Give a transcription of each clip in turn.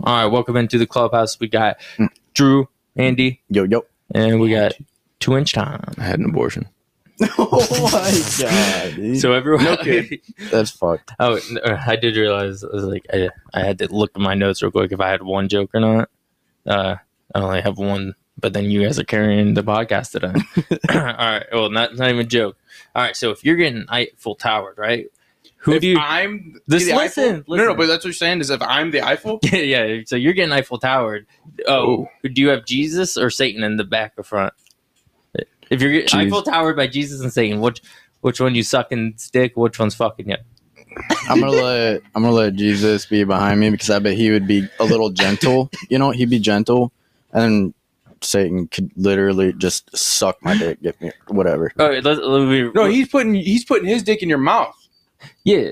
All right, welcome into the clubhouse. We got Mm. Drew, Andy, Yo, yo. and we got two inch time. I had an abortion. Oh my god, dude. So everyone, No kid. that's fucked. oh, n- uh, I did realize I was like, I, I had to look at my notes real quick if I had one joke or not. Uh, I only have one, but then you guys are carrying the podcast today. All right, well, not not even a joke. All right, so if you're getting Eiffel Towered, right? Who if do you? I'm This- the listen, Eiffel- No, no, listen. but that's what you're saying is if I'm the Eiffel. yeah, yeah. So you're getting Eiffel Towered. Oh, do you have Jesus or Satan in the back or front? If you're getting Jeez. Eiffel Towered by Jesus and Satan, which which one you sucking stick? Which one's fucking you? I'm gonna let I'm gonna let Jesus be behind me because I bet he would be a little gentle. You know, he'd be gentle, and then Satan could literally just suck my dick, get me whatever. All right, let's, let me, No, he's putting he's putting his dick in your mouth. yeah.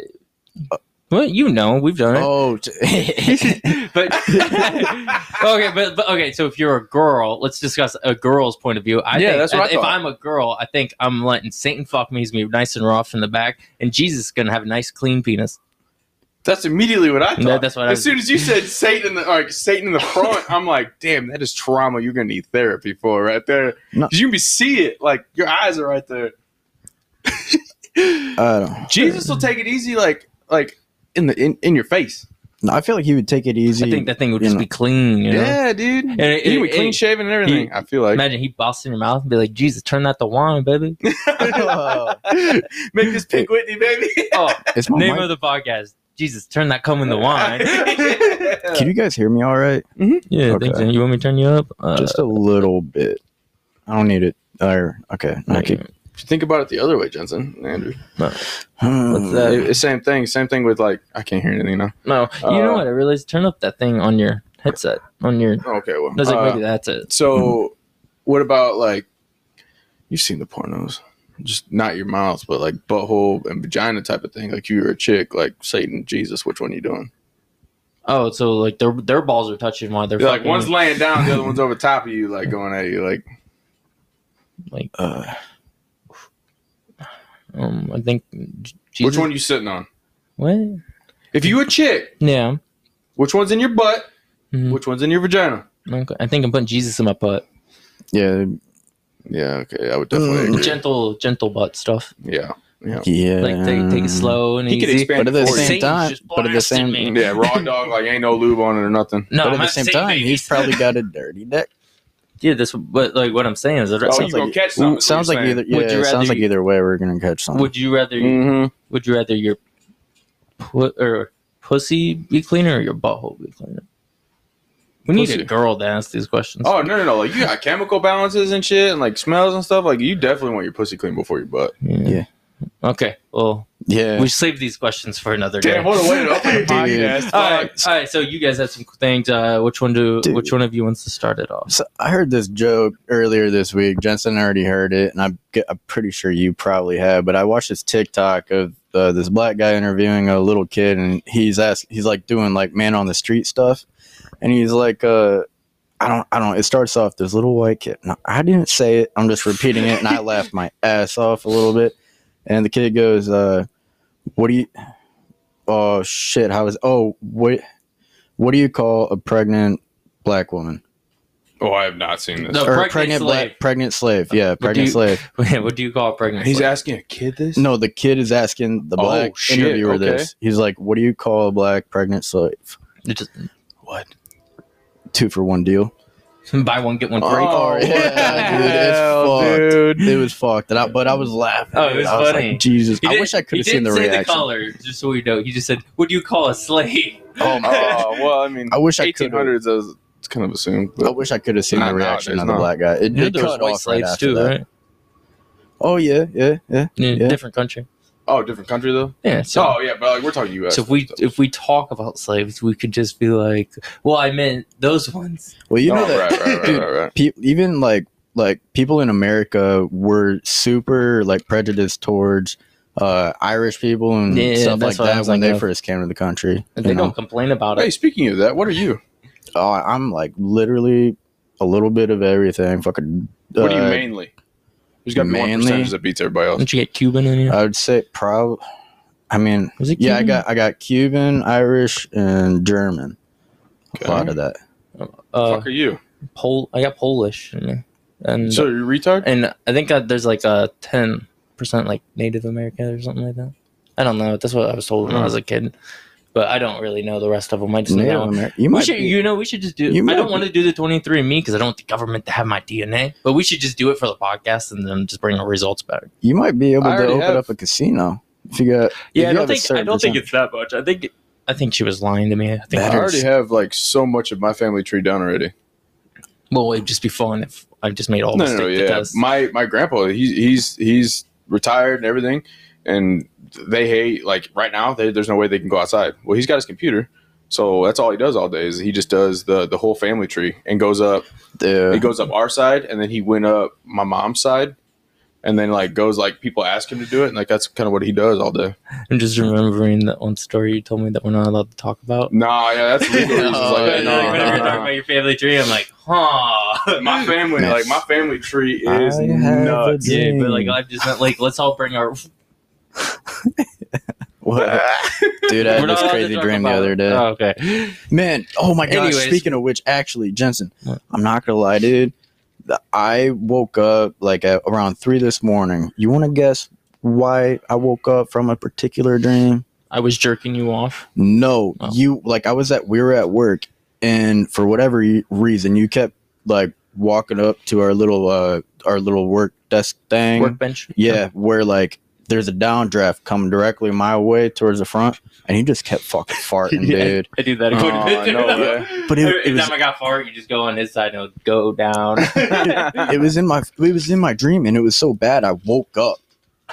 Well, you know, we've done it. Oh, t- Oh. but okay, but, but okay. So if you're a girl, let's discuss a girl's point of view. I Yeah, think, that's what I if thought. I'm a girl, I think I'm letting Satan fuck me. He's gonna be nice and rough in the back, and Jesus is gonna have a nice clean penis. That's immediately what I thought. No, that's what I as was- soon as you said Satan in the like Satan in the front, I'm like, damn, that is trauma. You're gonna need therapy for right there. No. 'Cause You can see it. Like your eyes are right there. I don't. Jesus will take it easy, like like in the in, in your face. No, I feel like he would take it easy. I think that thing would you just know. be clean. You know? Yeah, dude. And it- he would it- clean it- shaven and everything. he- I feel like Imagine he busts in your mouth and be like, Jesus, turn that to wine, baby. make this pink Whitney, baby. Oh, it's Uh, my name mic. of the podcast. Jesus, turn that cum into wine. Can you guys hear me all right? yeah, Okay. thanks. And you want me to turn you up? Uh, Just a little bit. I don't need it. Or okay, I like, keep- Think about it the other way, Jensen, Andrew. Hmm. that? It- it's same thing. Same thing with like I can't hear anything now. no, you Uh, know what? I realized turn up that thing on your headset. On your Okay, well, I was like, uh, maybe that's it. So, what about like you've seen the pornos? Just not your mouths, but like butthole and vagina type of thing. Like you were a chick, like Satan, Jesus. Which one you doing? Oh, so like their their balls are touching while they're like fucking- one's laying down, the other one's over top of you, like going at you. Like Uh, Um, I think. Jesus, which one you sitting on? What? If you a chick, Yeah. which one's in your butt? Mhm. Which one's in your vagina? Okay. I think I'm putting Jesus in my butt. yeah, Yeah, okay, I would Mm. definitely. Agree. Gentle, gentle butt stuff. Yeah, yeah, yeah. Like take take it slow and He could easy. expand- But at the Or same Satan's time, just but at the blasting same, me. yeah. Raw dog, like ain't no lube on it or nothing. No, but at I'm the not same saying time, babies. he's probably got a dirty dick. Yeah, that's but like what I'm saying is that Oh, sounds you gonna like, catch something, is what sounds you're like saying. either Would yeah, you it sounds rather like you- either way we're gonna catch something. would you rather Mm-hmm. would you rather your pu- or pussy be cleaner or your butthole be cleaner? We need Pussy. a girl to ask these questions. Oh no no no! Like you got chemical balances and shit, and like smells and stuff. Like you definitely want your pussy clean before your butt. Yeah. Okay. Well, yeah. we save these questions for another day. Damn, what a way to open a podcast. all right, all right. So you guys have some things. Uh, which one do? Dude. Which one of you wants to start it off? so I heard this joke earlier this week. Jensen already heard it, and I'm, ge- I'm pretty sure you probably have. But I watched this TikTok of uh, this black guy interviewing a little kid, and he's asked, he's like doing like man on the street stuff, and he's like, uh, I don't, I don't. It starts off this little white kid. No, I didn't say it. I'm just repeating it, and I laughed my ass off a little bit. And the kid goes, uh, "What do you? Oh shit! How is? Oh what? What do you call a pregnant black woman?" Oh, I have not seen this. No. A or pregnant pregnant, pregnant slave. black pregnant slave. Yeah, pregnant you- slave. what do you call a pregnant? He's slave? asking a kid this. No, the kid is asking the Oh, black shit, interviewer okay. this. He's like, "What do you call a black pregnant slave? It just what? Two for one deal." buy one get one free. Oh, Oh, yeah, dude, it's hell, fucked. dude. It was fucked, and I, but I was laughing. Oh, it dude. was I like, funny. Jesus, He I didn't- wish I could he have seen the didn't say reaction. The color, just so we know, he just said, "What do you call a slave?" oh my! Oh well, I mean, I wish I could. 1800s. I was it's kind of assumed. I But wish I could have seen Nah, the nah, reaction there's of the not. black guy. It You know, did there was cut white off right slaves after too, that. right? Oh yeah, yeah, yeah. Yeah, Yeah. Different country. oh, different country though. Yeah. So, oh yeah, but like we're talking U.S. so if we if we talk about slaves, we could just be like, "Well, I meant those ones." Well, you know oh, that right, right, right, dude, right, right. pe- even like like people in America were super like prejudiced towards uh, Irish people and Yeah, stuff like that's what I that was when they thinking of. first came to the country. And you they know? don't complain about Hey, it. speaking of that, what are you? Oh, I'm like literally a little bit of everything. Fucking. What do you uh, mainly? There's got to be one mainly- percentage that beats everybody else. Don't you get Cuban in here? I would say prob. I mean, Was it Uh, yeah, I Cuban? got I got Cuban, Irish, and German. a lot of that. Uh, fuck are you? Pol- I got Polish, and, and So you retard? and I think uh, there's like a ten percent like Native American or something like that. I don't know. That's what I was told when I was a Mm. kid, but I don't really know the rest of them. I just know Native that one. Ameri- you We might should, be- you know, we should just do. you I might don't be- want to do the 23andMe because I don't want the government to have my DNA. But we should just do it for the podcast and then just bring our results back. you might be able I to already open have- up a casino if you got Yeah, I you don't have a think. I certain don't think percent- it's that much. I think. I think she was lying to me. I think. I Better. already have like so much of my family tree down already. Well, it'd just be fun if I just made all No, the no, no, stick yeah. because Oh, My my grandpa, he's he's he's retired and everything, and they hate like right now. They, there's no way they can go outside. Well, he's got his computer, so that's all he does all day. Is he just does the the whole family tree and goes up Yeah. He goes up our side, and then he went up my mom's side, and then like goes like people ask him to do it, and like that's kind of what he does all day. I'm just remembering that one story you told me that we're not allowed to talk about. Nah, yeah, that's legal reasons. yeah, like, Oh, Like, no, nah, whenever nah, you're talking nah. about your family tree, I'm like, huh. My family, like my family tree is I have a nuts. Yeah, but like Dang. I've just meant like let's all bring our. What? Dude, I We're not had this allowed to crazy talk dream the about other it. day. Oh, okay. Man, oh my gosh. Anyways. Speaking of which, actually, Jensen, What? I'm not gonna lie, dude. The- I woke up like at around three this morning. You want to guess why I woke up from a particular dream? I was jerking you off. No, Oh. you like I was at we were at work, and for whatever y- reason, you kept like walking up to our little uh our little work desk thing. Workbench. Yeah, where like there's a downdraft coming directly my way towards the front, and you just kept fucking farting, Yeah. dude. I do that. Oh, I know But it- it every was- time I got fart, you just go on his side and it'll go down. it was in my it was in my dream and it was so bad I woke up.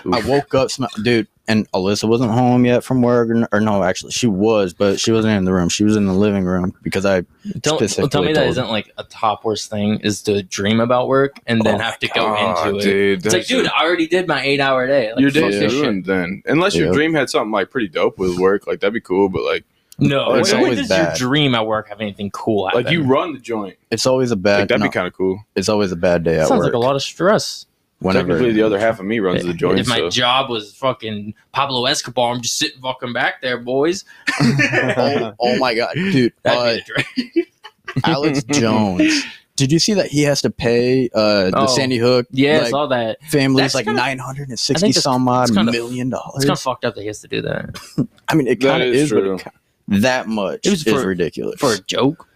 I woke up, sm- dude, and Alyssa wasn't home yet from work, or, or no, actually she was, but she wasn't in the room. She was in the living room because I Don't Specifically tell me that told. isn't like a top worst thing is to dream about work and then Oh have to go Oh, into it. dude, It's like, that's- dude, I already did my eight hour day. Like, your fuck day's this shit. ruined then. Unless your Yeah. dream had something like pretty dope with work, like that'd be cool. But like, No, Oh, it's when, when always does bad. your dream at work have anything cool? Happen? like you run the joint, it's always a like bad that'd no, be kind of cool. it's always a bad day at sounds work. like a lot of stress. Technically, the other half of me runs the joint. if my so. job was fucking Pablo Escobar, I'm just sitting fucking back there, boys. oh, oh my god, dude! Uh, That'd be the dream. Alex Jones. Did you see that he has to pay uh, the Oh. Sandy Hook yeah, I like- saw that. families That's like kinda- nine hundred and I think sixty that's- some odd it's kinda- million dollars? It's kind of fucked up that he has to do that I mean, it That kind of is is, but true. it, ki- that much It was is for- ridiculous. for a joke,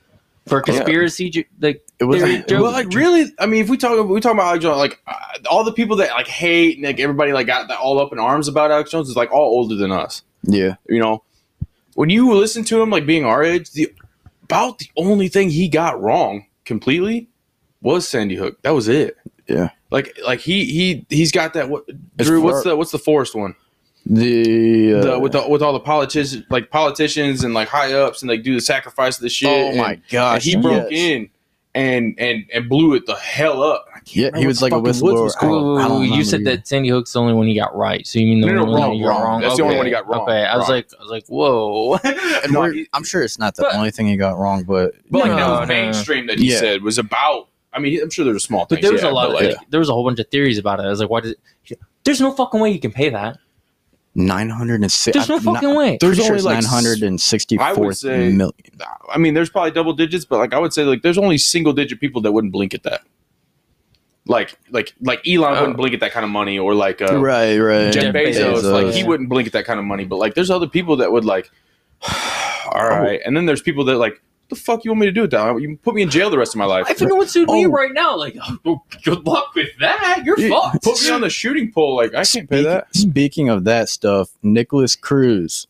for a Yeah. conspiracy. ju- Like it was theory it joke. Well, was- like really, I mean, if we talk, we talk about Alex Jones, like uh, all the people that like hate, and, like everybody like got that all up in arms about Alex Jones is like all older than us. yeah. You know, when you listen to him, like being our age, the about the only thing he got wrong completely was Sandy Hook. That was it. Yeah. Like, like he he he's got that. What It's Drew? What's far- the what's the forest one? The, uh, The, with the, with all the politicians, like politicians and like high ups, and like do the sacrifice of the shit. oh my and- gosh, and he broke in and and and blew it the hell up. I can't Yeah, remember he what was the like a fucking woods whistleblower. was I don't- called. I don't you remember said either. that Sandy Hook's the only one he got right. So you mean the No, no, one wrong, that you got wrong. wrong? That's the only one he Okay, got wrong. Okay, I was Wrong. like, I was like, whoa. And No, we're- he- I'm sure it's not the But- uh, only thing he got wrong, but But like that No, was no. mainstream that he Yeah. said was about. I mean, I'm sure there were small But things. there was yeah, a lot but, of like, like, there was a whole bunch of theories about it. I was like, why did? It, there's no fucking way you can pay that. nine hundred and six. There's no fucking way. There's There's only only, like, nine hundred and I sixty-four would say- million. I mean, there's probably double digits, but like I would say, like there's only single digit people that wouldn't blink at that. Like, like, like Elon Oh. wouldn't blink at that kind of money, or like uh, right, right. Jeff Jeff Bezos, Bezos. like he Yeah. wouldn't blink at that kind of money. But like, there's other people that would like, all right, and then there's people that like, what the fuck you want me to do with that? You put me in jail the rest of my life. If anyone's sued me Oh. right now, like, oh, good luck with that. You're Yeah, fucked. Put me on the shooting pole. Like I can't pay Speak- that. Speaking of that stuff, Nicholas Cruz,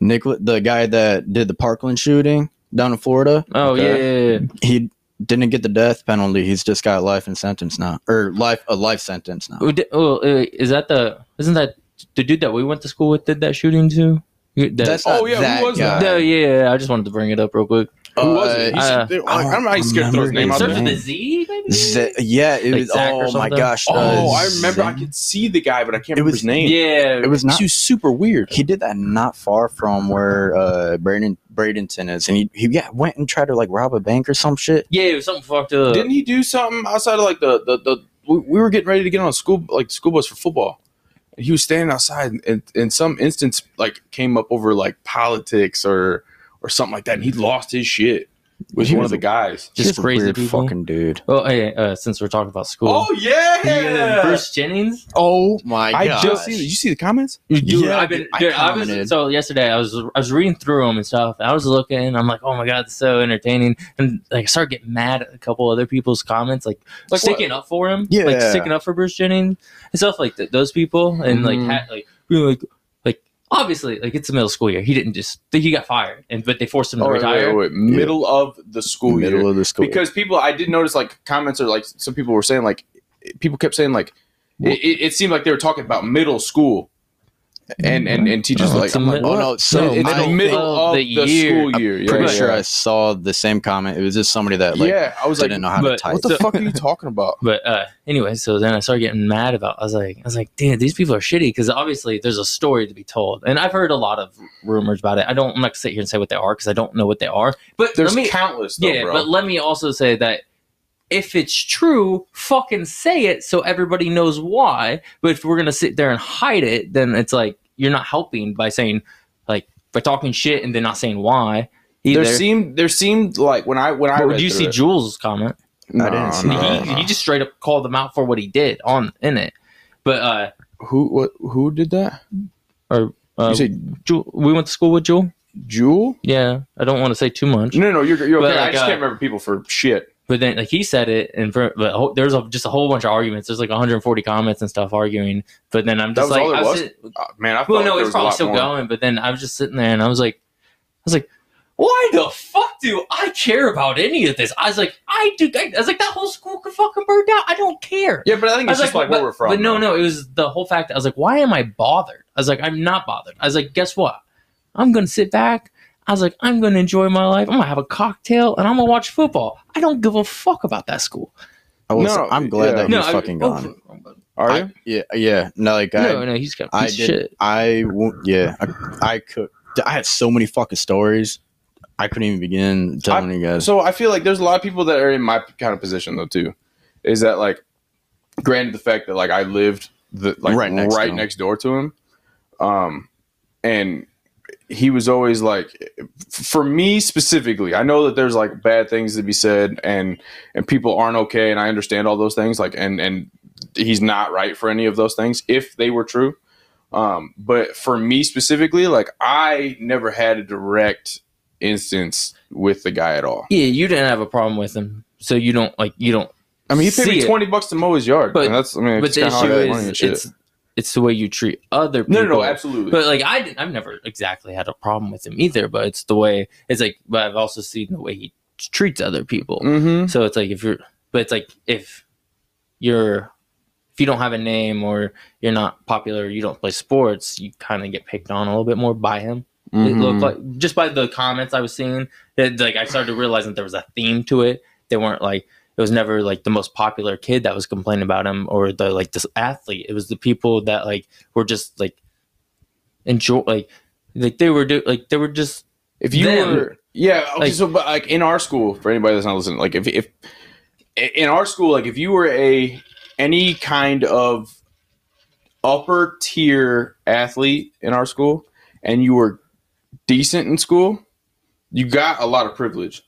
Nicholas, the guy that did the Parkland shooting down in Florida, Oh yeah, yeah, yeah. he didn't get the death penalty. He's just got life in sentence now, or life a life sentence now. Oh, di- Oh, uh, is that the? Isn't that the dude that we went to school with did that shooting too? You- That, That's Oh, not yeah, who that was guy. that? no, yeah, yeah. I just wanted to bring it up real quick. Who was Uh, it? You uh, should- they- I I, I'm not scared to throw his remember name out his Starts there. with name. a Z, maybe. Z- yeah, it Like was. Zach or oh my something? gosh! Oh, uh, I remember. I Zach- could see the guy, but I can't It remember was- his name. yeah, It was not. He was super weird. He did that not far from where uh, Braden Bradenton is, and he he yeah, went and tried to like rob a bank or some shit. yeah. It was something fucked up. Didn't he do something outside of like the the, the we, we were getting ready to get on a school like school bus for football. And he was standing outside and in some instance like came up over like politics or or something like that, and he lost his shit with He one was of the guys. Just Just, a crazy weird people. fucking dude. Well, hey, uh, since we're talking about school, Oh yeah, you hear that Bruce Jennings. Oh my I god! just see. Did you see the comments? Dude, Yeah, I've been. dude, I dude, I was, commented. so yesterday, I was I was reading through them and stuff. and I was looking. I'm like, oh my god, it's so entertaining. And like, I started getting mad at a couple other people's comments, like, Like sticking up for him, like Yeah. sticking up for Bruce Jennings and stuff like that. Those people and like Mm-hmm. Mhm. ha- like being like like obviously like it's the middle school year. He didn't just he got fired, and but they forced him to Oh, wait, retire. wait, wait. Middle of the school middle year. of the school. because people i did notice like comments or like some people were saying like people kept saying like it, it, it seemed like they were talking about middle school and and and teachers Oh, like, it's a I'm like mid- oh no! So No, in it's I the a think- middle of the, year. school year I'm pretty yeah, sure yeah. I saw the same comment. It was just somebody that like yeah i was like didn't know how to but- type. what the fuck are you talking about But uh, anyway, so then I started getting mad about. I was like, I was like, damn, these people are shitty because obviously there's a story to be told, and I've heard a lot of rumors about it. I don't. I'm not gonna sit here and say what they are because I don't know what they are. But there's let me, countless though yeah. bro But let me also say that if it's true, fucking say it so everybody knows why. But if we're gonna sit there and hide it, then it's like you're not helping by saying like by talking shit and then not saying why either. there seemed there seemed like when i when i But read did you through see it- Jules' comment? No, I didn't see no, that. he, no. he just straight up called them out for what he did on in it. But uh, who what who did that uh you said Jewel, we went to school with Jewel. jewel Yeah, I don't want to say too much, no no you're, you're But, okay i like, just uh, can't remember people for shit but then like he said it, and for, but ho- there's a, just a whole bunch of arguments. There's like 140 comments and stuff arguing. But then I'm That just was like, all there I was was? sit- Uh, man i thought well, there no, was it's a probably lot still more. going. But then I was just sitting there, and I was like, I was like, why the fuck do I care about any of this? I was like, I do. I, was like, that whole school could fucking burn down. I don't care. yeah but i think I it's was just like but, where we're from But no, though. no, it was the whole fact. that I was like, why am I bothered? I was like, I'm not bothered. I was like, guess what? I'm gonna sit back. I was like, I'm gonna enjoy my life. I'm gonna have a cocktail and I'm gonna watch football. I don't give a fuck about that school. I was, No, I'm glad yeah. that he's I- fucking oh, gone. are I- you yeah, yeah. No, like I, no, no, he's got I piece of did- shit. I won't. Yeah, I, I could. I had so many fucking stories. I couldn't even begin telling you guys. So I feel like there's a lot of people that are in my kind of position though too. Is that like granted the fact that like I lived the like Right right next next, to him. door to him. Um and he was always like for me specifically, I know that there's like bad things to be said and and people aren't okay and I understand all those things like and and he's not right for any of those things if they were true. Um, but for me specifically, like I never had a direct instance with the guy at all. Yeah, you didn't have a problem with him, so you don't like you don't. I mean, he paid see me it. twenty bucks to mow his yard, But- and that's I mean, But it's the kinda hard issue to make money and is shit. it's it's the way you treat other people. no, no, no, absolutely. But like I didn't, I've never exactly had a problem with him either. But it's the way it's like. But I've also seen the way he treats other people. mm-hmm. So it's like if you're, but it's like if you're, if you don't have a name or you're not popular, you don't play sports, you kind of get picked on a little bit more by him. It Mm-hmm. looked Mm-hmm. like just by the comments I was seeing, that like I started realizing there was a theme to it. They weren't like it was never like the most popular kid that was complaining about him or the like this athlete. It was the people that like were just like enjoy like like they were do like they were just if you them- were, yeah, okay, like- so but like in our school, for anybody that's not listening, like if if in our school, like if you were a any kind of upper tier athlete in our school, and you were decent in school, you got a lot of privilege.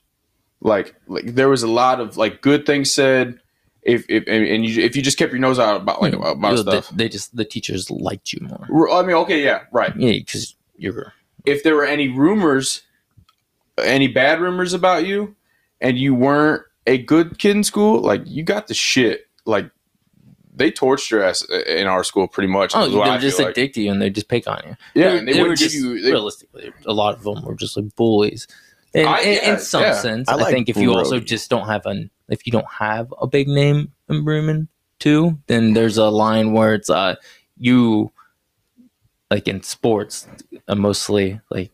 Like like there was a lot of like good things said. If, if and and you if you just kept your nose out about like about you know, stuff, They, they just the teachers liked you more. Ru- I mean, okay, yeah, right. Yeah, because you're If there were any rumors, any bad rumors about you, and you weren't a good kid in school, like you got the shit. Like they torched your ass i- in our school, pretty much. oh is what they I were just feel like, dick to you and they just pick on you. yeah, were- and they, wouldn't give just, you. They, realistically. A lot of them were just like bullies. And, I- in- yeah, in some yeah. sense, I I, like think if you also Brody. just don't have an if you don't have a big name in Bremen too, then there's a line where it's uh you like in sports uh, mostly like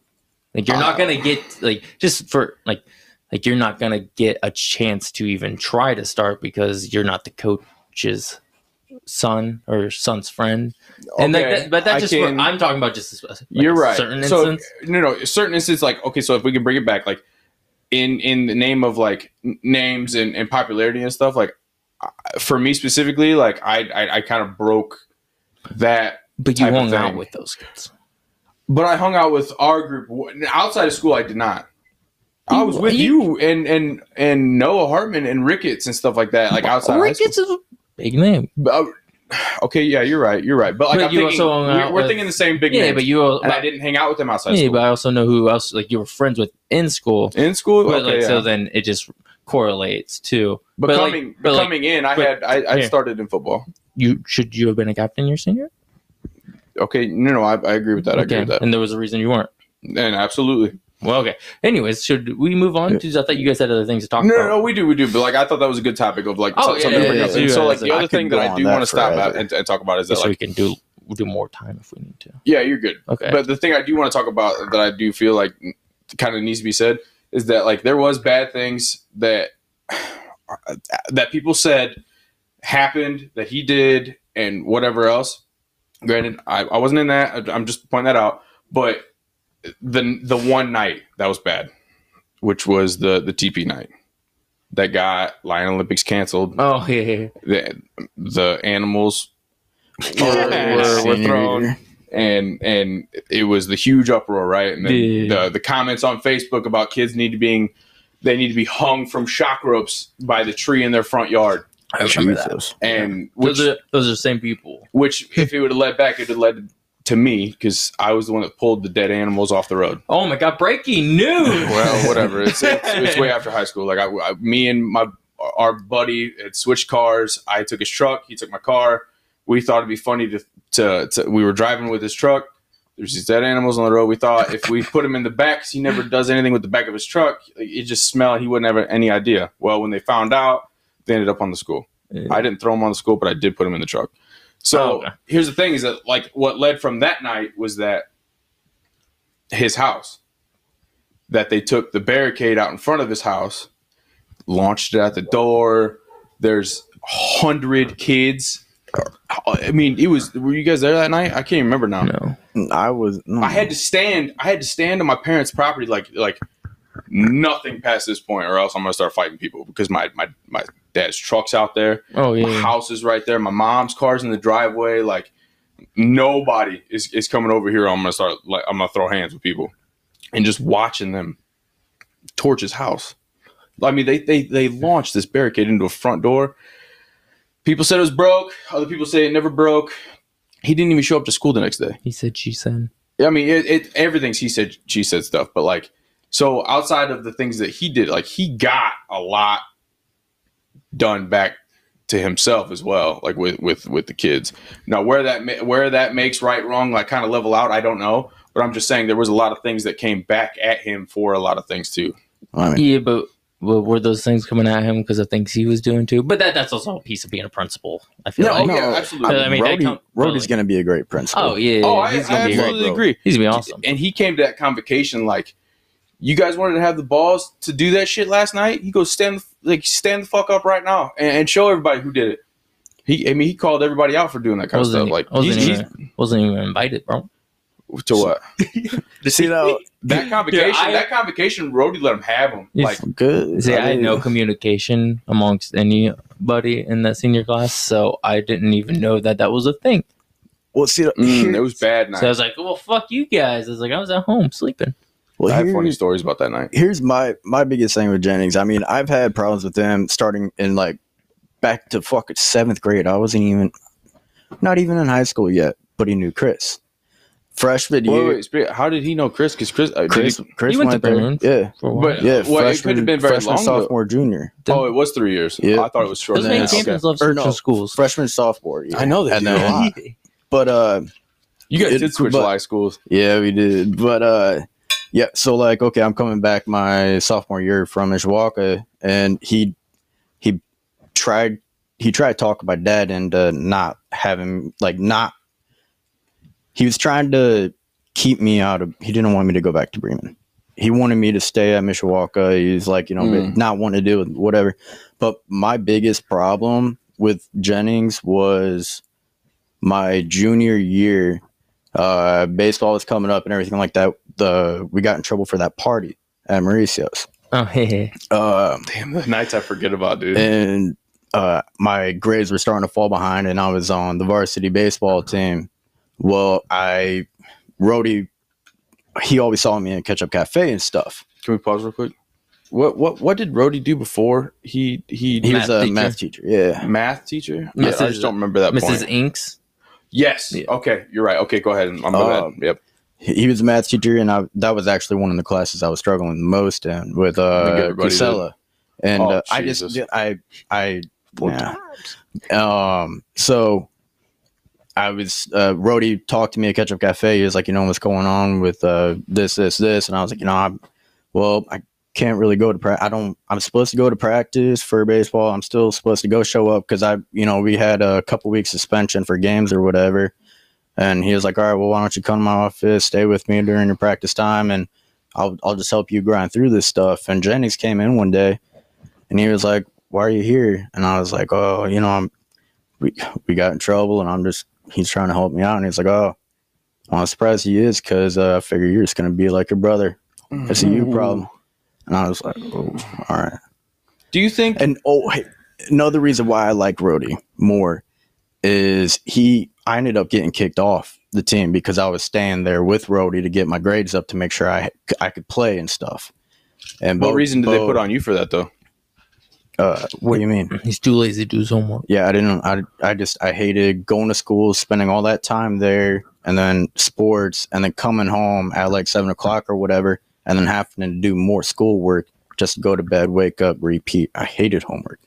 like you're Uh. not gonna get like just for like like you're not gonna get a chance to even try to start because you're not the coach's son or son's friend. And like okay, that, but that's I just can- for, I'm talking about just a, like you're a right. certain so instance. no, no, certain instance. Like okay, so if we can bring it back, like in in the name of like n- names and, and popularity and stuff, like I- for me specifically, like I I, I kind of broke that But you type of hung out thing. with those kids. But I hung out with our group outside of school. I did not. I was with you, and and and Noah Hartman and Ricketts and stuff like that. Like outside. Ricketts. Ricketts is a big name. But, uh, okay, yeah, you're right. You're right. But like But I'm you thinking, also hung we're, out we're with- thinking the same big yeah, names. but you all- and I didn't hang out with them outside yeah, school. but I also know who else like you were friends with in school. in school, But okay, like yeah. so then it just correlates to but, like, becoming but, like, becoming in, I but- had I, I yeah. started in football. you should you have been a captain your senior? Okay, no, no, I, I agree with that. I agree with that. And there was a reason you weren't. And absolutely, Well, okay. Anyways, should we move on? Because I thought you guys had other things to no, talk no, about. no, we do, we do. But like, I thought that was a good topic of like Oh, so- yeah, something yeah, to bring yeah, up. yeah. And so like the I other could thing go that I on do that want to stop forever. at and, and talk about is that so we like can do we'll do more time if we need to. yeah, you're good. Okay. But the thing I do want to talk about that I do feel like kind of needs to be said is that like there was bad things that that people said happened that he did and whatever else. Granted, I, I wasn't in that. I- I'm just pointing that out. But the the one night that was bad, which was the the TP night that got Lion Olympics canceled. oh yeah, yeah, yeah. The the animals were- were, were Senior thrown year. and and it was the huge uproar, right? And then Yeah. the the comments on Facebook about kids need to being they need to be hung from shock ropes by the tree in their front yard, I remember that. Jesus. and which those are those are the same people. which if it would have led back, it would have led to me because I was the one that pulled the dead animals off the road. Oh my god! Breaking news. Well, whatever. It's, it's, it's way after high school. Like I, I- me and my our buddy had switched cars. I took his truck. He took my car. We thought it'd be funny to to, to we were driving with his truck. There's these dead animals on the road. We thought if we put him in the back, 'cause he never does anything with the back of his truck. It just smelled. He wouldn't have any idea. Well, when they found out, they ended up on the school. I didn't throw him on the school, but I did put him in the truck. So Oh, okay. here's the thing: is that like what led from that night was that his house, that they took the barricade out in front of his house, launched it at the door. There's hundred kids. I mean, it was. Were you guys there that night? I can't remember now. no. I was. I had to stand. I had to stand on my parents' property, like like nothing past this point, or else I'm gonna start fighting people because my my my dad's truck's out there. Oh yeah. My house is right there. My mom's car's in the driveway. Like nobody is, is coming over here. I'm gonna start like I'm gonna throw hands with people, and just watching them torch his house. I mean, they they they launched this barricade into a front door. People said it was broke. Other people say it never broke. He didn't even show up to school the next day. He said she said. I mean, it, it everything's he said, she said stuff, but like, so outside of the things that he did, like he got a lot done back to himself as well, like with with with the kids. Now, where that ma- where that makes right wrong, like kind of level out, I don't know, but I'm just saying there was a lot of things that came back at him for a lot of things too. I mean, Yeah, but, but were those things coming at him because of things he was doing too? But that that's also a piece of being a principal. I feel No, like. no. yeah, I absolutely. mean, that Rhodey- count- Rhodey's really. going to be a great principal. Oh yeah. oh, yeah, I, I he's gonna be great. absolutely bro. agree. He's gonna be awesome. And he came to that convocation like, you guys wanted to have the balls to do that shit last night. He goes stand like stand the fuck up right now and, and show everybody who did it. He, I mean, he called everybody out for doing that kind of Wasn't, stuff. Like, wasn't, he's- he's- even, wasn't even invited, bro. to what? See though, That convocation, I- that convocation, Rhodey let him have him. He's- Like, good. See, I had no communication amongst anybody in that senior class, so I didn't even know that that was a thing. Well, see, mm, it here- was bad night. So I was like, "Well, fuck you guys." I was like, "I was at home sleeping." well, I have here- funny stories about that night. here's my my biggest thing with Jennings. I mean, I've had problems with them starting in like back to fucking seventh grade. I wasn't even, not even in high school yet, but he knew Chris. Freshman Wait, year, wait, Spirit, how did he know Chris? Because Chris, uh, did Chris, he- Chris You went to there. Burns. Yeah, For a while. But- yeah. Well, it could have been very freshman, long, though. sophomore, junior. oh, it was three years. Yeah. I thought it was short. Those main Yeah, okay. champions love Or central no, schools. Freshman, sophomore year. I know they And do. then- but uh, You guys It- did switch but- high schools. Yeah, we did. But uh yeah, so like okay, I'm coming back my sophomore year from Mishawaka and he he tried he tried to talk my dad into not having like not he was trying to keep me out of he didn't want me to go back to Bremen. He wanted me to stay at Mishawaka. He's like, you know, Mm. not wanting to do it, whatever. But my biggest problem with Jennings was my junior year uh, baseball was coming up and everything like that. The we got in trouble for that party at Mauricio's, Oh, hey, uh, um, Damn, the nights I forget about, dude. and uh, my grades were starting to fall behind, and I was on the varsity baseball team. Well, I Rhodey he always saw me at Ketchup Cafe and stuff. Can we pause real quick? What what what did Rody do before he he, He Math was a teacher. math teacher. Yeah. math teacher? I- I Mrs. just don't remember that Mrs. point. Inks. Yes. Okay, you're right. Okay, go ahead. I'm my Uh, bad. Yep. He he was a math teacher, and I, that was actually one of the classes I was struggling the most in with think uh, everybody did. Casella. And Oh, uh, I just, Jesus. I, I, yeah. Um, so I was uh Rody talked to me at Ketchup Cafe. He was like, you know, what's going on with uh this, this, this, and I was like, you know, I'm well, I can't really go to practice. I don't. I'm supposed to go to practice for baseball. I'm still supposed to go show up because I, you know, we had a couple weeks suspension for games or whatever. And he was like, all right, well, why don't you come to my office, stay with me during your practice time, and I'll I'll just help you grind through this stuff. And Jennings came in one day, and he was like, why are you here? And I was like, oh, you know, I'm we we got in trouble, and I'm just he's trying to help me out, and he's like, oh, well, I'm surprised he is because uh, I figure you're just gonna be like your brother. That's a you Mm-hmm. problem. And I was like, oh, all right. Do you think? And oh, hey, another reason why I like Rody more is he. I ended up getting kicked off the team because I was staying there with Rody to get my grades up to make sure I I could play and stuff. And What Bo- reason did they Bo- put on you for that though? Uh, what do you mean? He's too lazy to do his homework. yeah i didn't I, I just i hated going to school spending all that time there and then sports and then coming home at like seven o'clock or whatever and then having to do more schoolwork just to go to bed wake up repeat i hated homework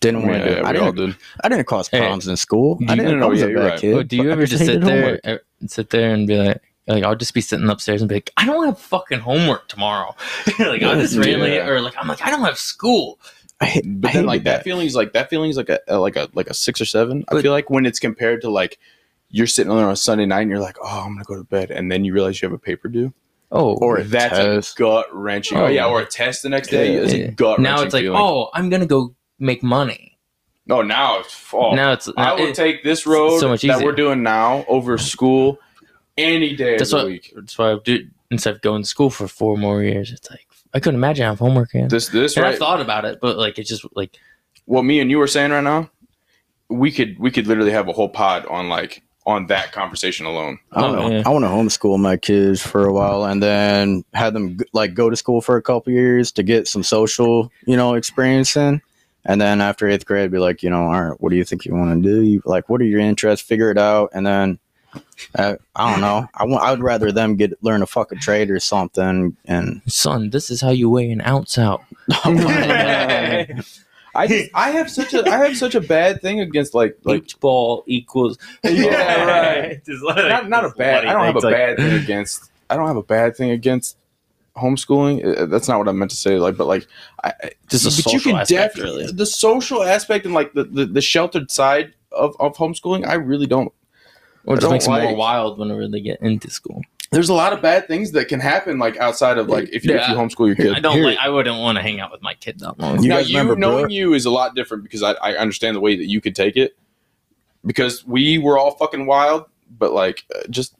didn't want to do it. I, we all didn't, did. I didn't cause Hey. problems in school i You- didn't no, no, I was yeah, a you're bad right. kid Oh, do you but I ever just sit hated there, homework. er, sit there and be like, like I'll just be sitting upstairs and be like, I don't have fucking homework tomorrow. like I just randomly, Yeah. or like I'm like I don't have school. I, hate- I But then, hated like that, that. feeling's like that feeling's like a like a like a six or seven. I But- feel like when it's compared to like you're sitting there on a Sunday night and you're like, oh, I'm gonna go to bed, and then you realize you have a paper due, Oh, or that's test. a gut wrenching. Oh, Oh. yeah, or a test the next day. Yeah. It's Yeah. a gut. now it's like, oh, I'm gonna go make money. no, now it's oh, fall. Now it's I now would it- take this road so much that easier. we're doing now over school any day of That's the what- week. that's why I do instead of going to school for four more years. It's like I couldn't imagine I have homework. In. This this and right. I thought about it, but like it's just like what me and you are saying right now, we could we could literally have a whole pod on like on that conversation alone. I don't Oh, know. yeah. I want to homeschool my kids for a while, and then have them g- like go to school for a couple years to get some social, you know, experience in. And then after eighth grade, be like, you know, all right, what do you think you want to do? You, like, what are your interests? Figure it out, and then uh, I don't know. I want. I would rather them get learn a fucking trade or something. And son, this is how you weigh an ounce out. I just, I have such a I have such a bad thing against like like Each ball equals. Yeah, right. Just like- not not a just bad I don't bloody have a things, like- bad thing against I don't have a bad thing against homeschooling. Uh, That's not what I meant to say. Like, but like I, I- Just the but you social can aspect, definitely really. the social aspect and like the, the, the sheltered side of, of homeschooling. I really don't. Or I just don't makes them like- more wild whenever they get into school. There's a lot of bad things that can happen like outside of like if you, if Yeah. you homeschool your kid. I don't Here- like. I wouldn't want to hang out with my kid that long. You now, guys you remember knowing Brooke? you is a lot different because I, I understand the way that you could take it because we were all fucking wild, but like uh, just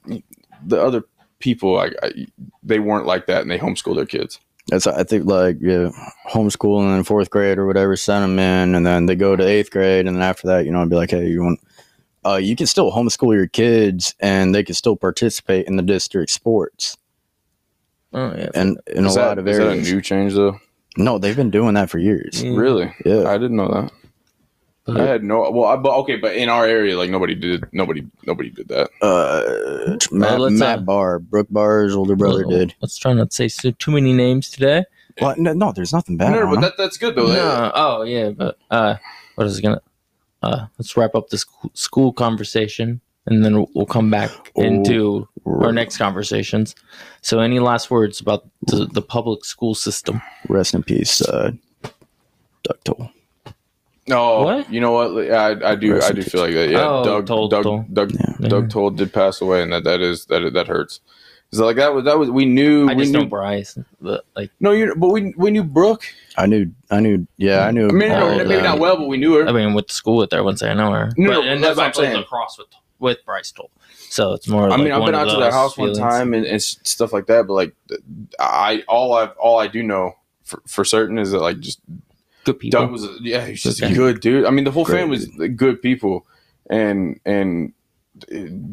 the other people, I, I, they weren't like that and they homeschool their kids. that's I think like yeah, homeschooling in fourth grade or whatever, send them in, and then they go to eighth grade, and then after that, you know, I'd be like, hey, you want. Uh, you can still homeschool your kids, and they can still participate in the district sports. Oh, yeah. and in a Is lot that- of is that areas. a new change though? no, they've been doing that for years. Mm. Really? Yeah, I didn't know that. I had no. Well, I, but okay, but in our area, like nobody did. Nobody, nobody did that. uh, Matt, let's, Matt uh, Barr, Brooke Barr's older brother, Well, did. Let's try not to say so, too many names today. Well, no, no, there's nothing bad. No, on but them. that, that's good though. No, oh yeah, but uh, what is it gonna? Uh, let's wrap up this sc- school conversation, and then we'll come back Oh. into our R- next conversations. So, any last words about the, the public school system? Rest in peace, uh, Duck Toll. No, What? Oh, you know what? I, I do I do feel like that. Yeah, Oh, Doug Toll- Doug Toll. Doug Yeah. Doug Toll did pass away, and that that is that that hurts. So like that was that was we knew I we just know knew Bryce, but like no you but we we knew Brooke. I knew, I knew, yeah, I knew. I mean, all no, Oh, maybe that. not well, but we knew her. I mean, with school with there, I wouldn't say I know her. No, But- no, and that's that's what why I'm I played saying. lacrosse with with Bryce Toll. So it's more. I Like mean, I've one been of out to their those house feelings. one time and, and s- stuff like that, but like I all I all I do know for, for certain is that like just Good people. Doug was a, yeah, he's just a Okay. good dude. I mean, the whole Great family's good people, and and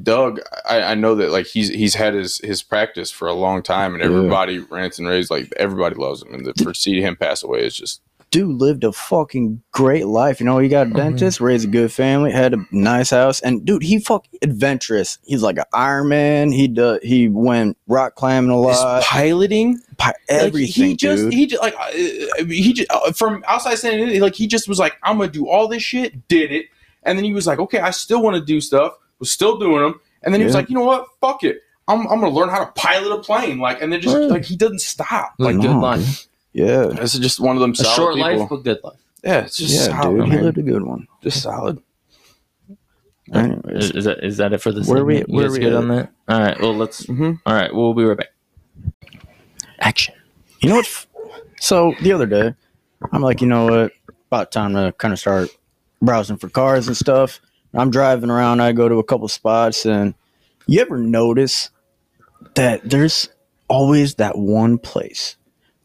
Doug, I, I know that like he's he's had his his practice for a long time, and Yeah. everybody rants and raves like everybody loves him, and to see him pass away is just dude lived a fucking great life. You know, he got a Mhm. dentist, raised a good family, had a nice house, and dude, he fuck adventurous. He's like an Iron Man. He do, he went rock climbing a lot, piloting. pi- Like, everything, he just dude. he just like uh, I mean, he just uh, from outside standing in, like he just was like I'm gonna do all this shit, did it, and then he was like, okay, I still want to do stuff, was still doing them, and then he was Yeah. like, you know what, fuck it, I'm I'm gonna learn how to pilot a plane, like, and then just Right. like he doesn't stop, like Like good no, life, yeah, this is just one of them a solid short people. life, but good life. Yeah, it's just yeah, solid, dude. He man. lived a good one. just solid. Anyways, Is, is that is that it for this? Where we- segment? You where guys we good at? on that? All right. Well, let's. Mm-hmm. All right. We'll be right back. Action. you know what? f- So the other day, I'm like, you know what? About time to kind of start browsing for cars and stuff. I'm driving around. I go to a couple spots, and you ever notice that there's always that one place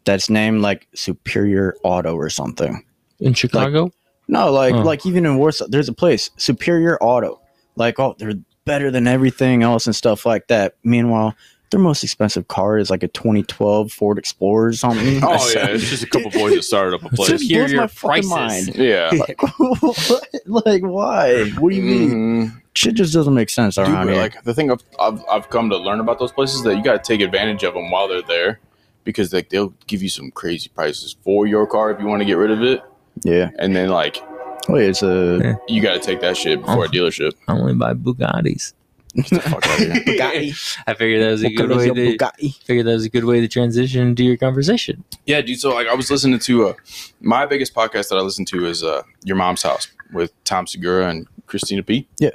that's named like Superior Auto or something. In Chicago. No, like Huh. like even in Warsaw, there's a place Superior Auto. Like oh, they're better than everything else and stuff like that. Meanwhile, their most expensive car is like a 2012 Ford Explorer or something. I Oh said- yeah, it's just a couple boys that started up a It place. just blows Superior my fucking prices. mind. Yeah. Like, what? like why? What do you Mm. mean? Mm-hmm. Shit just doesn't make sense Dude, around but, here. like the thing I've, I've I've come to learn about those places that you got to take advantage of them while they're there, because like they'll give you some crazy prices for your car if you want to get rid of it, yeah. and then like Wait, it's a Yeah. you got to take that shit before a dealership. I only buy Bugattis. Get the fuck out of here. I figured that was a good way to Bugatti. figured that was a good way to transition to your conversation. Yeah, dude. So like, I was listening to uh, my biggest podcast that I listen to is uh, Your Mom's House with Tom Segura and Christina P. Yeah.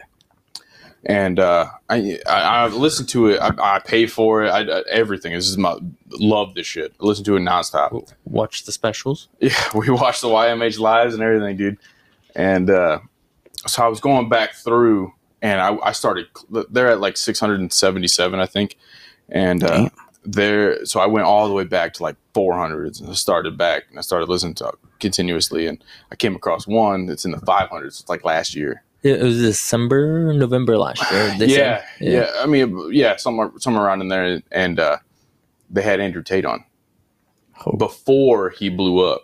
And uh, I I, I listen to it. I, I pay for it. I, I- everything. This is my love. This shit. I listen to it nonstop. Watch the specials. Yeah, we watched the YMH lives and everything, dude. And uh, so I was going back through, and I, I started. They're at like 677, I think, and uh, Damn. there. So I went all the way back to like 400s, and I started back, and I started listening to it continuously, and I came across one that's in the 500s. It's like last year. It was December, November last year. This yeah, year. yeah, I mean, yeah, somewhere somewhere around in there, and uh, they had Andrew Tate on Oh. before he blew up.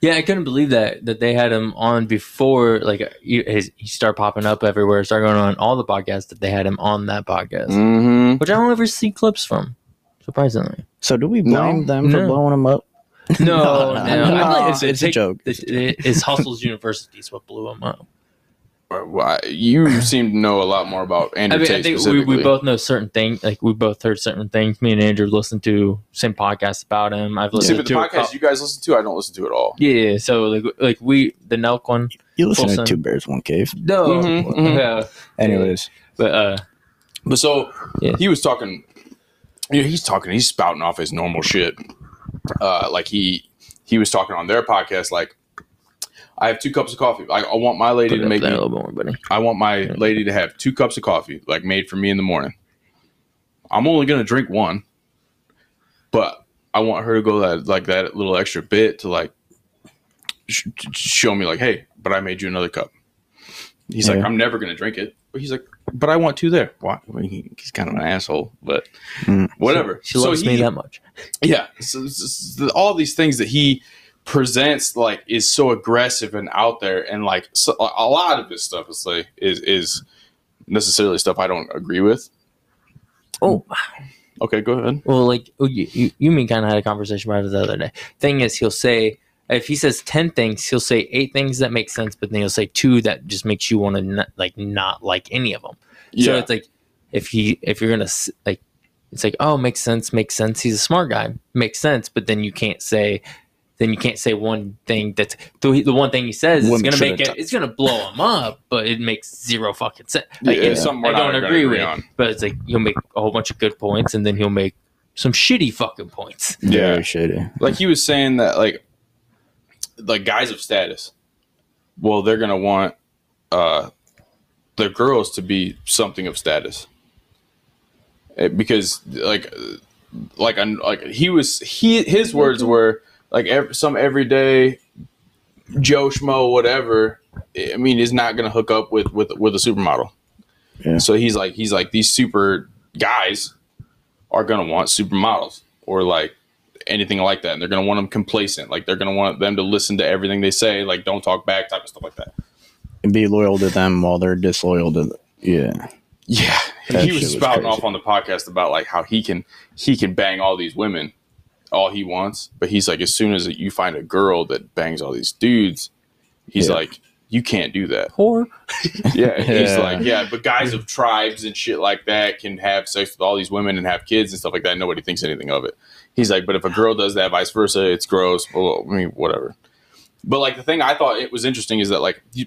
Yeah, I couldn't believe that that they had him on before like he, his, he started popping up everywhere, started going on all the podcasts that they had him on that podcast, Mm-hmm. which I don't ever see clips from. Surprisingly, So do we blame No. them for No. blowing them up? no, no, No, I no, like it's a joke. It's, it's Hustle's University is what blew him up. Well, I- you seem to know a lot more about Andrew I mean, Tate I think we, specifically. we both know certain things. Like we both heard certain things. Me and Andrew listened to same podcasts about him. I've See, listened but the to a podcast cou- you guys listen to, I don't listen to at all. yeah, yeah, so like like we the Nelk one. You listen Wilson. to Two Bears One Cave. No, Mhm, mhm. yeah, Anyways, but uh, But so Yeah. he was talking. You know, he's talking. He's spouting off his normal shit. Uh, like he he was talking on their podcast. Like I have two cups of coffee. I, I want my put lady to it up make there a me. little bit more, uh, buddy. I want my lady to have two cups of coffee, like made for me in the morning. I'm only gonna drink one, but I want her to go that like that little extra bit to like sh- sh- show me like, hey, but I made you another cup. He's like, Yeah. I'm never gonna drink it. But he's like, but I want two there. Why? I mean, he- he's kind of an asshole, but Mm. whatever. She loves he- me that much. yeah so, so- so all these things that he presents like is so aggressive and out there and like so, a a lot of his stuff is like is is necessarily stuff i don't agree with Oh, okay go ahead well, like oh, you, you, you mean kind of had a conversation about it the other day. Thing is, he'll say if he says ten things, he'll say eight things that make sense, but then he'll say two that just makes you want to not, like not like any of them. So yeah it's like if he if you're gonna s- like it's like oh makes sense makes sense he's a smart guy makes sense but then you can't say then you can't say one thing that's the, the one thing he says is Women gonna make shouldn't it touch. it's gonna blow him up but it makes zero fucking sense. Yeah, Like, it's it's something we're I not don't gonna agree, agree with on. but it's like he'll make a whole bunch of good points and then he'll make some shitty fucking points. yeah very shitty. like he was saying that like like guys of status well they're gonna want uh the girls to be something of status Eh, because like uh, like an- like he was he his words were like ev- some everyday eh, joe schmo whatever i mean is not gonna hook up with with with a supermodel Yeah. So he's like he's like these super guys are gonna want supermodels or like anything like that. And they're gonna want them complacent. Like they're gonna want them to listen to everything they say. Like don't talk back, type of stuff like that. and be loyal to them while they're disloyal to. The, yeah, Yeah, That he shit was was spouting crazy. off on the podcast about like how he can he can bang all these women all he wants, but he's like as soon as you find a girl that bangs all these dudes, he's Yeah. like you can't do that. Whore. Yeah, he's Yeah. like yeah, but guys of tribes and shit like that can have sex with all these women and have kids and stuff like that. Nobody thinks anything of it. He's like, but if a girl does that, vice versa, it's gross. Well, I mean, whatever. But like the thing I thought it was interesting is that like, you,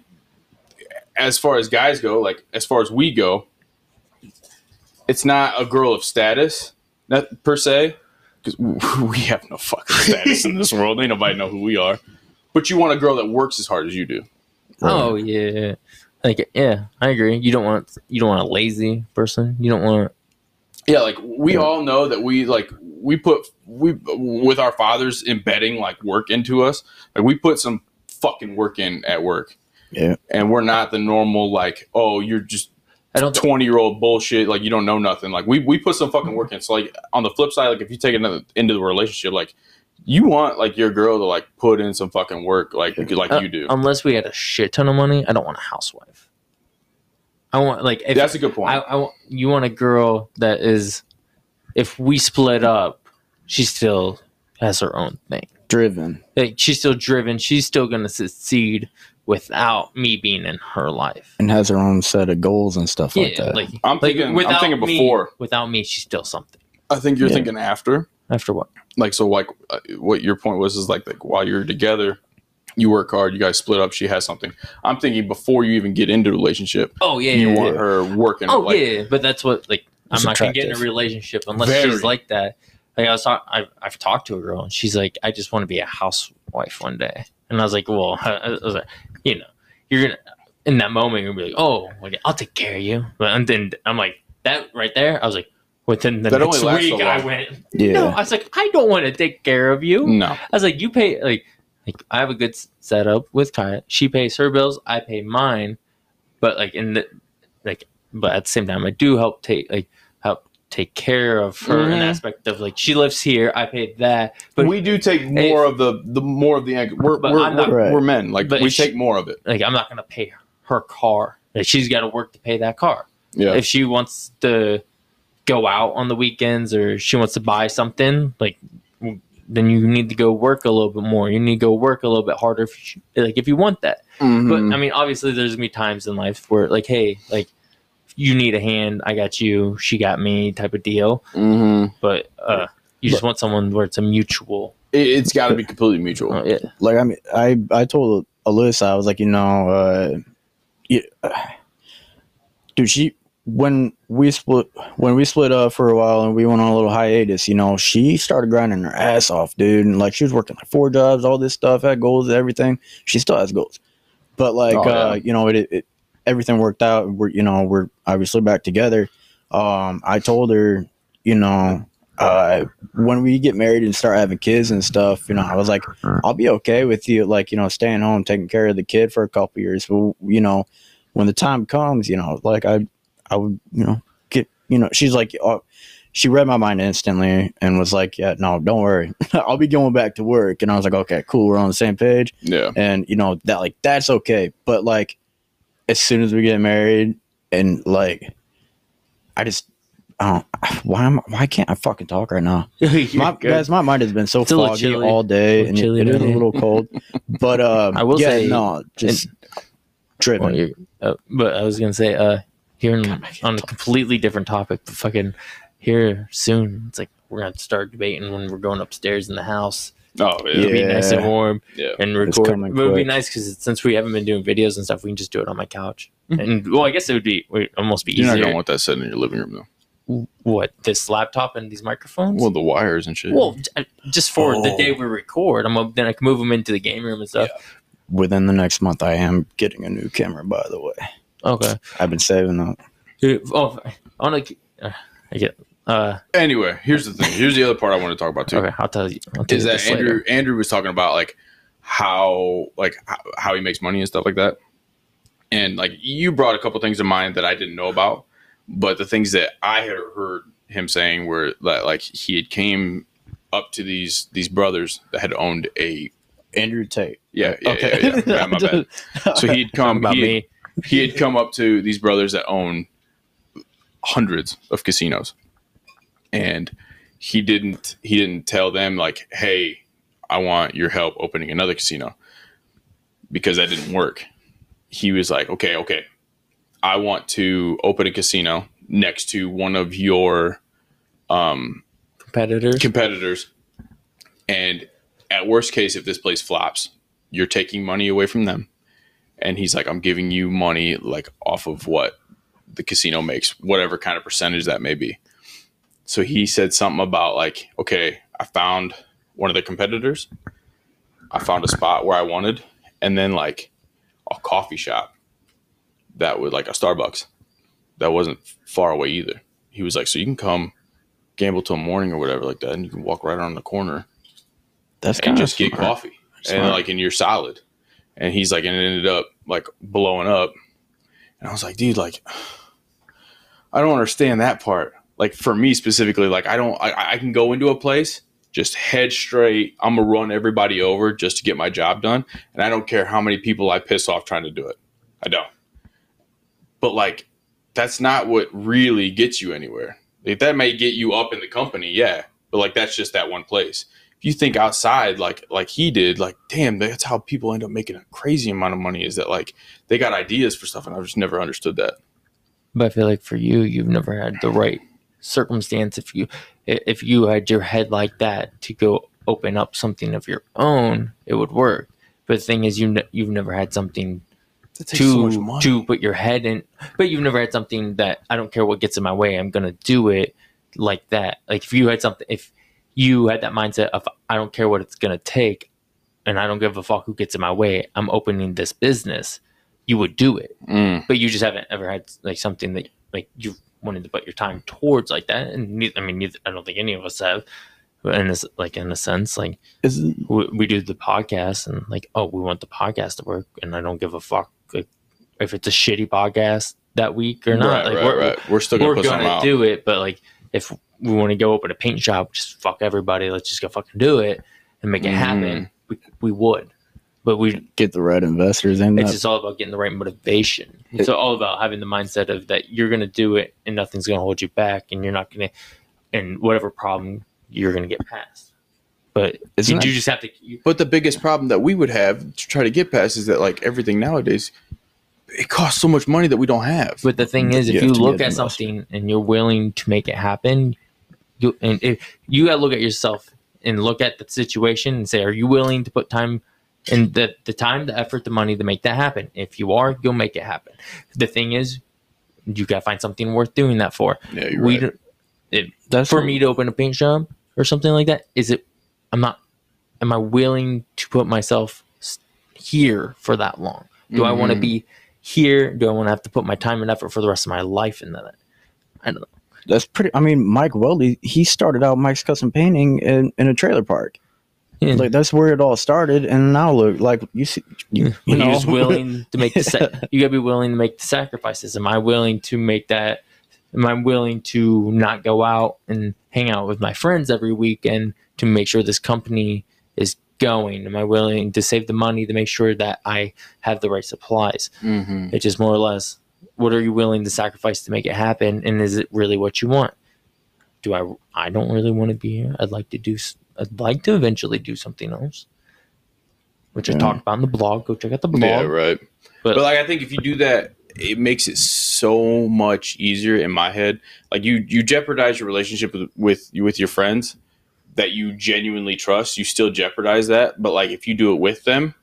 as far as guys go, like as far as we go, it's not a girl of status, not per se, because we have no fucking status in this world. Ain't nobody know who we are. But you want a girl that works as hard as you do. Oh yeah. Like yeah, I agree. You don't want you don't want a lazy person. You don't want Yeah, like we all know that we like we put we with our fathers embedding like work into us. Like we put some fucking work in at work, yeah. and we're not the normal like oh you're just I don't twenty year old bullshit like you don't know nothing. Like we we put some fucking work in. So like on the flip side, like if you take another into the relationship, like you want like your girl to like put in some fucking work like like Uh, you do. Unless we had a shit ton of money, I don't want a housewife. I want like if That's a good point. I, I want- you want a girl that is if we split up, she still has her own thing. Driven. Like she's still driven. She's still gonna succeed without me being in her life. and has her own set of goals and stuff like yeah, that. like I'm like thinking. I'm without thinking me- before. without me, she's still something. I think you're Yeah. thinking after. After what? like so like uh, what your point was is like like while you're together you work hard you guys split up she has something i'm thinking before you even get into a relationship Oh yeah, you yeah, want yeah. her working Oh like yeah, but that's what like I'm It's not gonna get in a attractive. relationship unless Very. she's like that. Like I was talk- I've, I've talked to a girl and she's like, I just want to be a housewife one day, and I was like, well, I was like, you know, you're gonna in that moment you're gonna be like, oh, like, I'll take care of you, but and then I'm like that right there. I was like, within the That only next lasts so week I long. Mm. went, yeah, no, I was like, I don't want to take care of you. no I was like, you pay like like I have a good s- setup with Kaya. She pays her bills, I pay mine. But like in the like, but at the same time, I do help take like help take care of her in the Mhm. aspect of like she lives here, I pay that. but But we do take more of the the more of the ang- we're But we're, I'm not- we're, Right. we're men like But we she- take more of it like I'm not gonna pay her car. Like she's got to work to pay that car. yeah If she wants to go out on the weekends or she wants to buy something, like w- then you need to go work a little bit more. You need to go work a little bit harder. If you, like if you want that. Mm-hmm. Hmm. But I mean, obviously, there's gonna be times in life where, like, hey, like, you need a hand, I got you, she got me, type of deal. Mm-hmm. But uh, you just want someone where it's a mutual. it, it's got to be completely mutual Oh, yeah. like I mean, I I told Alyssa I was like, you know, uh, yeah, dude, she when we split when we split up for a while and we went on a little hiatus, you know, she started grinding her ass off, dude, and like she was working like four jobs, all this stuff, had goals, everything. She still has goals, but like Oh, yeah. uh, you know, it, it everything worked out. We're you know we're obviously back together. Um, I told her, you know. Uh, when we get married and start having kids and stuff, you know, I was like, I'll be okay with you, like, you know, staying home, taking care of the kid for a couple years. But, you know, when the time comes, you know, like I, I would, you know, get, you know, she's like, oh, she read my mind instantly and was like, yeah, no, don't worry. I'll be going back to work. And I was like, okay, cool. We're on the same page. yeah And, you know, that, like, that's okay. But, like, as soon as we get married and, like, I just, I don't, why am, why can't I fucking talk right now? my, guys, my mind has been so It's a little foggy chilly. all day, Little and it- chilly it is a today. little cold. But uh, I will yeah, say- no, just driven. Well, you- uh, but I was gonna say, uh, here in, on a completely different topic, but fucking here soon, it's like we're gonna start debating when we're going upstairs in the house. oh It'll yeah be nice Yeah. and warm yeah, and It's record. coming It would be quick. nice because since we haven't been doing videos and stuff, we can just do it on my couch. Mhm. And well, I guess it would be it would almost be you're not easier. gonna want that set in your living room though what this laptop and these microphones? well the wires and shit Well, j- uh, just for the Oh. day we record, I'm gonna- then I can move them into the game room and stuff. Within the next month, I am getting a new camera. By the way, Okay. I've been saving up. Dude, Oh, on a, uh, I get. Uh, anyway here's the thing here's the other part i want to talk about too okay, I'll tell you. I'll tell is you that this Andrew later. Andrew was talking about like how like how, how he makes money and stuff like that. and like you brought a couple things to mind that I didn't know about, but the things that I had heard him saying were that like he had came up to these these brothers that had owned a Andrew Tate. yeah yeah yeah, yeah, yeah, my bad. So he'd come about he had- me. he had come up to these brothers that own hundreds of casinos and he didn't he didn't tell them like hey i want your help opening another casino because that didn't work he was like okay okay i want to open a casino next to one of your um, Competitors. competitors and at worst case if this place flops you're taking money away from them and he's like i'm giving you money like off of what the casino makes whatever kind of percentage that may be so he said something about like okay i found one of the competitors i found a spot where i wanted and then like a coffee shop that would like a starbucks that wasn't far away either he was like so you can come gamble till morning or whatever like that and you can walk right around the corner That's and kind of just get coffee and Smart. like and you're solid and he's like and it ended up like blowing up and i was like dude like i don't understand that part like for me specifically like i don't i, I can go into a place just head straight i'm gonna run everybody over just to get my job done and i don't care how many people i piss off trying to do it i don't but like that's not what really gets you anywhere like that may get you up in the company yeah but like that's just that one place if you think outside like like he did like damn that's how people end up making a crazy amount of money is that like they got ideas for stuff and i've just never understood that But I feel like for you, you've never had the right circumstance. If you i- if you had your head like that to go open up something of your own, it would work. But the thing is, you ne- you've never had something That takes to so much money. to put your head in. But you've never had something that I don't care what gets in my way. I'm gonna do it like that. Like if you had something, if you had that mindset of I don't care what it's gonna take, and I don't give a fuck who gets in my way. I'm opening this business. You would do it Mm, but you just haven't ever had like something that like you wanted to put your time towards like that and neither, i mean neither, i don't think any of us have But in this like in a sense like Isn't- we, we do the podcast and like oh we want the podcast to work and i don't give a fuck like, if it's a shitty podcast that week or not right, like right, we're, right. we're still gonna we're put something gonna out do it but like if we want to go open a paint shop just fuck everybody let's just go fucking do it and Mm-hmm. make it happen we, we would but we get the right investors in it's that. just all about getting the right motivation. It's all about having the mindset of that you're going to do it and nothing's going to hold you back and you're not going to, and whatever problem you're going to get past. But Isn't you, that- do just have to, you, but the biggest problem that we would have to try to get past is that like everything nowadays it costs so much money that we don't have but the thing is, if You you have to look get at the most. something and you're willing to make it happen, you, and if you got to look at yourself and look at the situation and say, are you willing to put time and the, the time, the effort, the money to make that happen? If you are, you'll make it happen. The thing is, you got to find something worth doing that for. yeah we don't- it, That's for me to open a paint shop or something like that is it i'm not am i willing to put myself s- here for that long do i want to Mm-hmm. Mhm. be here do i want to have to put my time and effort for the rest of my life into that That's pretty. I mean, Mike Weldon, he started out Mike's custom painting in, in a trailer park. and Like that's where it all started, and now look, like you see, you, you when know, you're just willing to make the sa- you gotta be willing to make the sacrifices am i willing to make that am i willing to not go out and hang out with my friends every weekend to make sure this company is going am i willing to save the money to make sure that i have the right supplies mm-hmm. it's just more or less what are you willing to sacrifice to make it happen and is it really what you want do i i don't really want to be here i'd like to do s- i'd like to eventually do something else which i Yeah. talked about in the blog go check out the blog yeah right But- but, like i think if you do that it makes it so much easier in my head like you you jeopardize your relationship with with, with your friends that you genuinely trust you still jeopardize that but like if you do it with them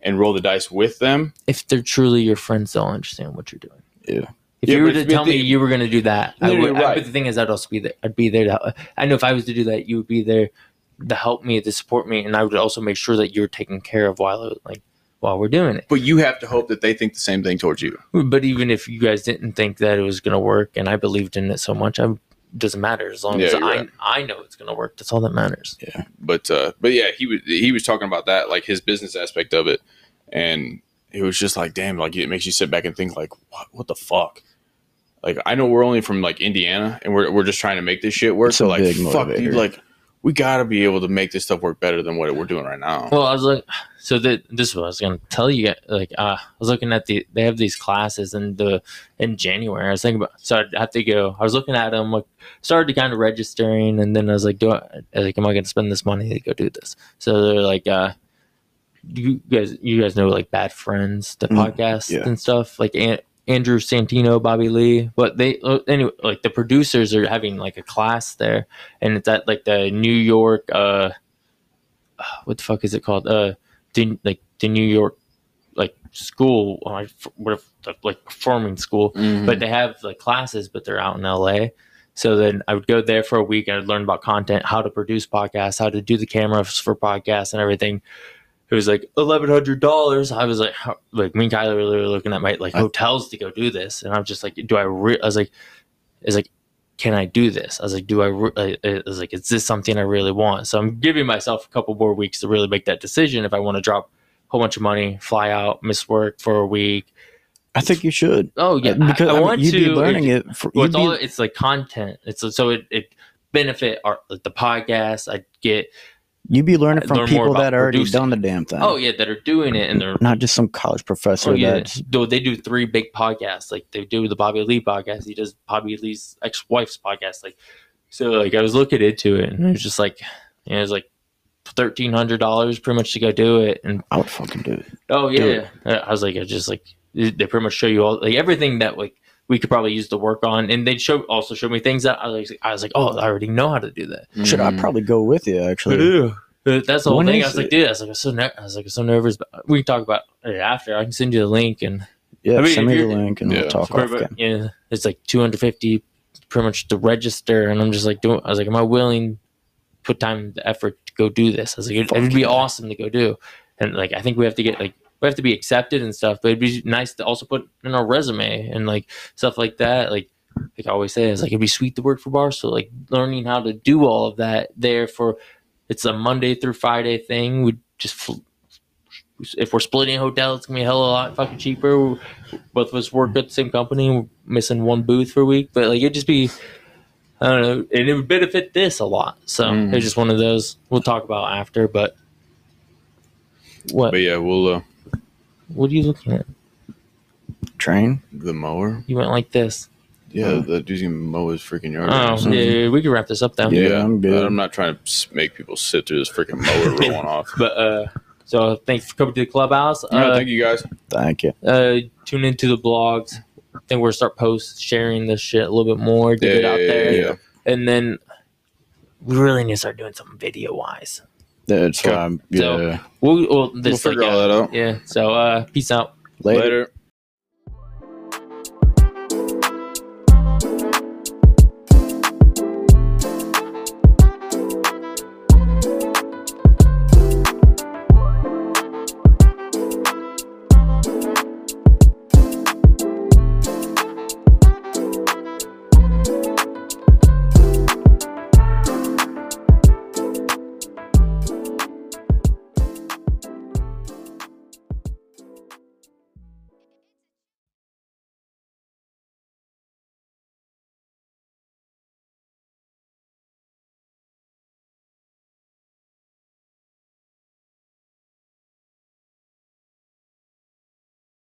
and roll the dice with them if they're truly your friends they'll understand what you're doing Yeah. if Yeah, you were but to it's- tell me but- you were going to do that, I No, would, you're I- right. but the thing is, I'd also be there. I'd be there to. I know if I was to do that, you would be there to help me, to support me, and I would also make sure that you're taken care of while like while we're doing it. but you have to hope that they think the same thing towards you But even if you guys didn't think that it was going to work, and I believed in it so much, I doesn't matter as long Yeah, as I you're right. I know it's going to work. That's all that matters. but uh but yeah he was he was talking about that like his business aspect of it and it was just like damn like it makes you sit back and think like what, what the fuck like i know we're only from like indiana and we're, we're just trying to make this shit work It's so a like big fuck motivator. dude like we gotta be able to make this stuff work better than what we're doing right now Well, I was like, so the, this is what I was gonna tell you. guys, Like, uh, I was looking at the they have these classes in the in January. I was thinking about, so I have to go. I was looking at them, like started to kind of registering, and then I was like, do I I was like, am I gonna spend this money to go do this? So they're like, uh, you guys, you guys know like Bad Friends, the Mm, podcast yeah. and stuff, like. An- Andrew Santino, Bobby Lee, but they uh, anyway, like the producers are having like a class there, and it's at like the New York, uh, what the fuck is it called? Uh, the, like the New York like school, uh, like, f- what if, like performing school, Mm-hmm, Mm-hmm. but they have like classes, but they're out in LA. So then I would go there for a week and I'd learn about content, how to produce podcasts, how to do the cameras for podcasts and everything. It was like eleven hundred dollars. I was like, how, like me and Kyler really were looking at my like I- hotels to go do this, and I'm just like, do I? Re-? I was like, is like, can I do this? I was like, do I? Re-? I I was like, is this something I really want? So I'm giving myself a couple more weeks to really make that decision if I want to drop a whole bunch of money, fly out, miss work for a week. I think you should. Oh yeah, I- because I, I mean, want you'd to. be learning it. For, Well, you'd it's be- all it's like content. It's so it it benefit our the podcast. I get You'd be learning from Uh, learn more people about that are already producing. done the damn thing. oh yeah that are doing it and they're Not just some college professor oh yeah that's Though they do three big podcasts like they do the Bobby Lee podcast. He does Bobby Lee's ex wife's podcast. Like so like I was looking into it and it was just like you know, it was like thirteen hundred dollars pretty much to go do it and I would fucking do it. Oh Do yeah, yeah. I was like, I just like they pretty much show you all like everything that like we could probably use to work on, and they'd show also show me things that I was like, I was like, oh, I already know how to do that. Should mm-hmm. I probably go with you actually? But that's the whole When thing. I is was like, it? dude, I was like, I'm so ner- I was like, I'm so nervous. But we can talk about it after. I can send you the link and Yeah, I mean, send if me the you're- link and Yeah. we'll talk off again. yeah, it's like 250 pretty much to register, and I'm just like, doing. I was like, am I willing to put time and effort to go do this? I was like, it, Fuck would be yeah. awesome to go do, and like I think we have to get like we have to be accepted and stuff, but it'd be nice to also put in our resume and like stuff like that, like. Like I always say, it's like it'd be sweet to work for Barstool. Like learning how to do all of that there for, it's a Monday through Friday thing. We just fl- if we're splitting a hotel, it's gonna be a hell of a lot fucking cheaper. We're- Both of us work at the same company, we're missing one booth for a week, but like it'd just be, I don't know, and it would benefit this a lot. So Mm. it's just one of those we'll talk about after. But what but yeah we'll uh, what are you looking at? Train. the mower You went like this. yeah Uh. that dude's gonna mow his freaking yard Oh yeah, So- yeah, yeah, we can wrap this up then. Yeah, I'm good. but I'm not trying to s- make people sit through this freaking mower rolling off. But uh, so thanks for coming to the clubhouse. No, Uh, thank you guys. Thank you. uh, tune into the blogs. I think we're gonna start post sharing this shit a little bit more. Get it out there. and then we really need to start doing something video wise. That's Okay. why I'm So- yeah. We'll, we'll We'll this figure like, all uh, that out. Yeah. So uh, peace out. Later. Later.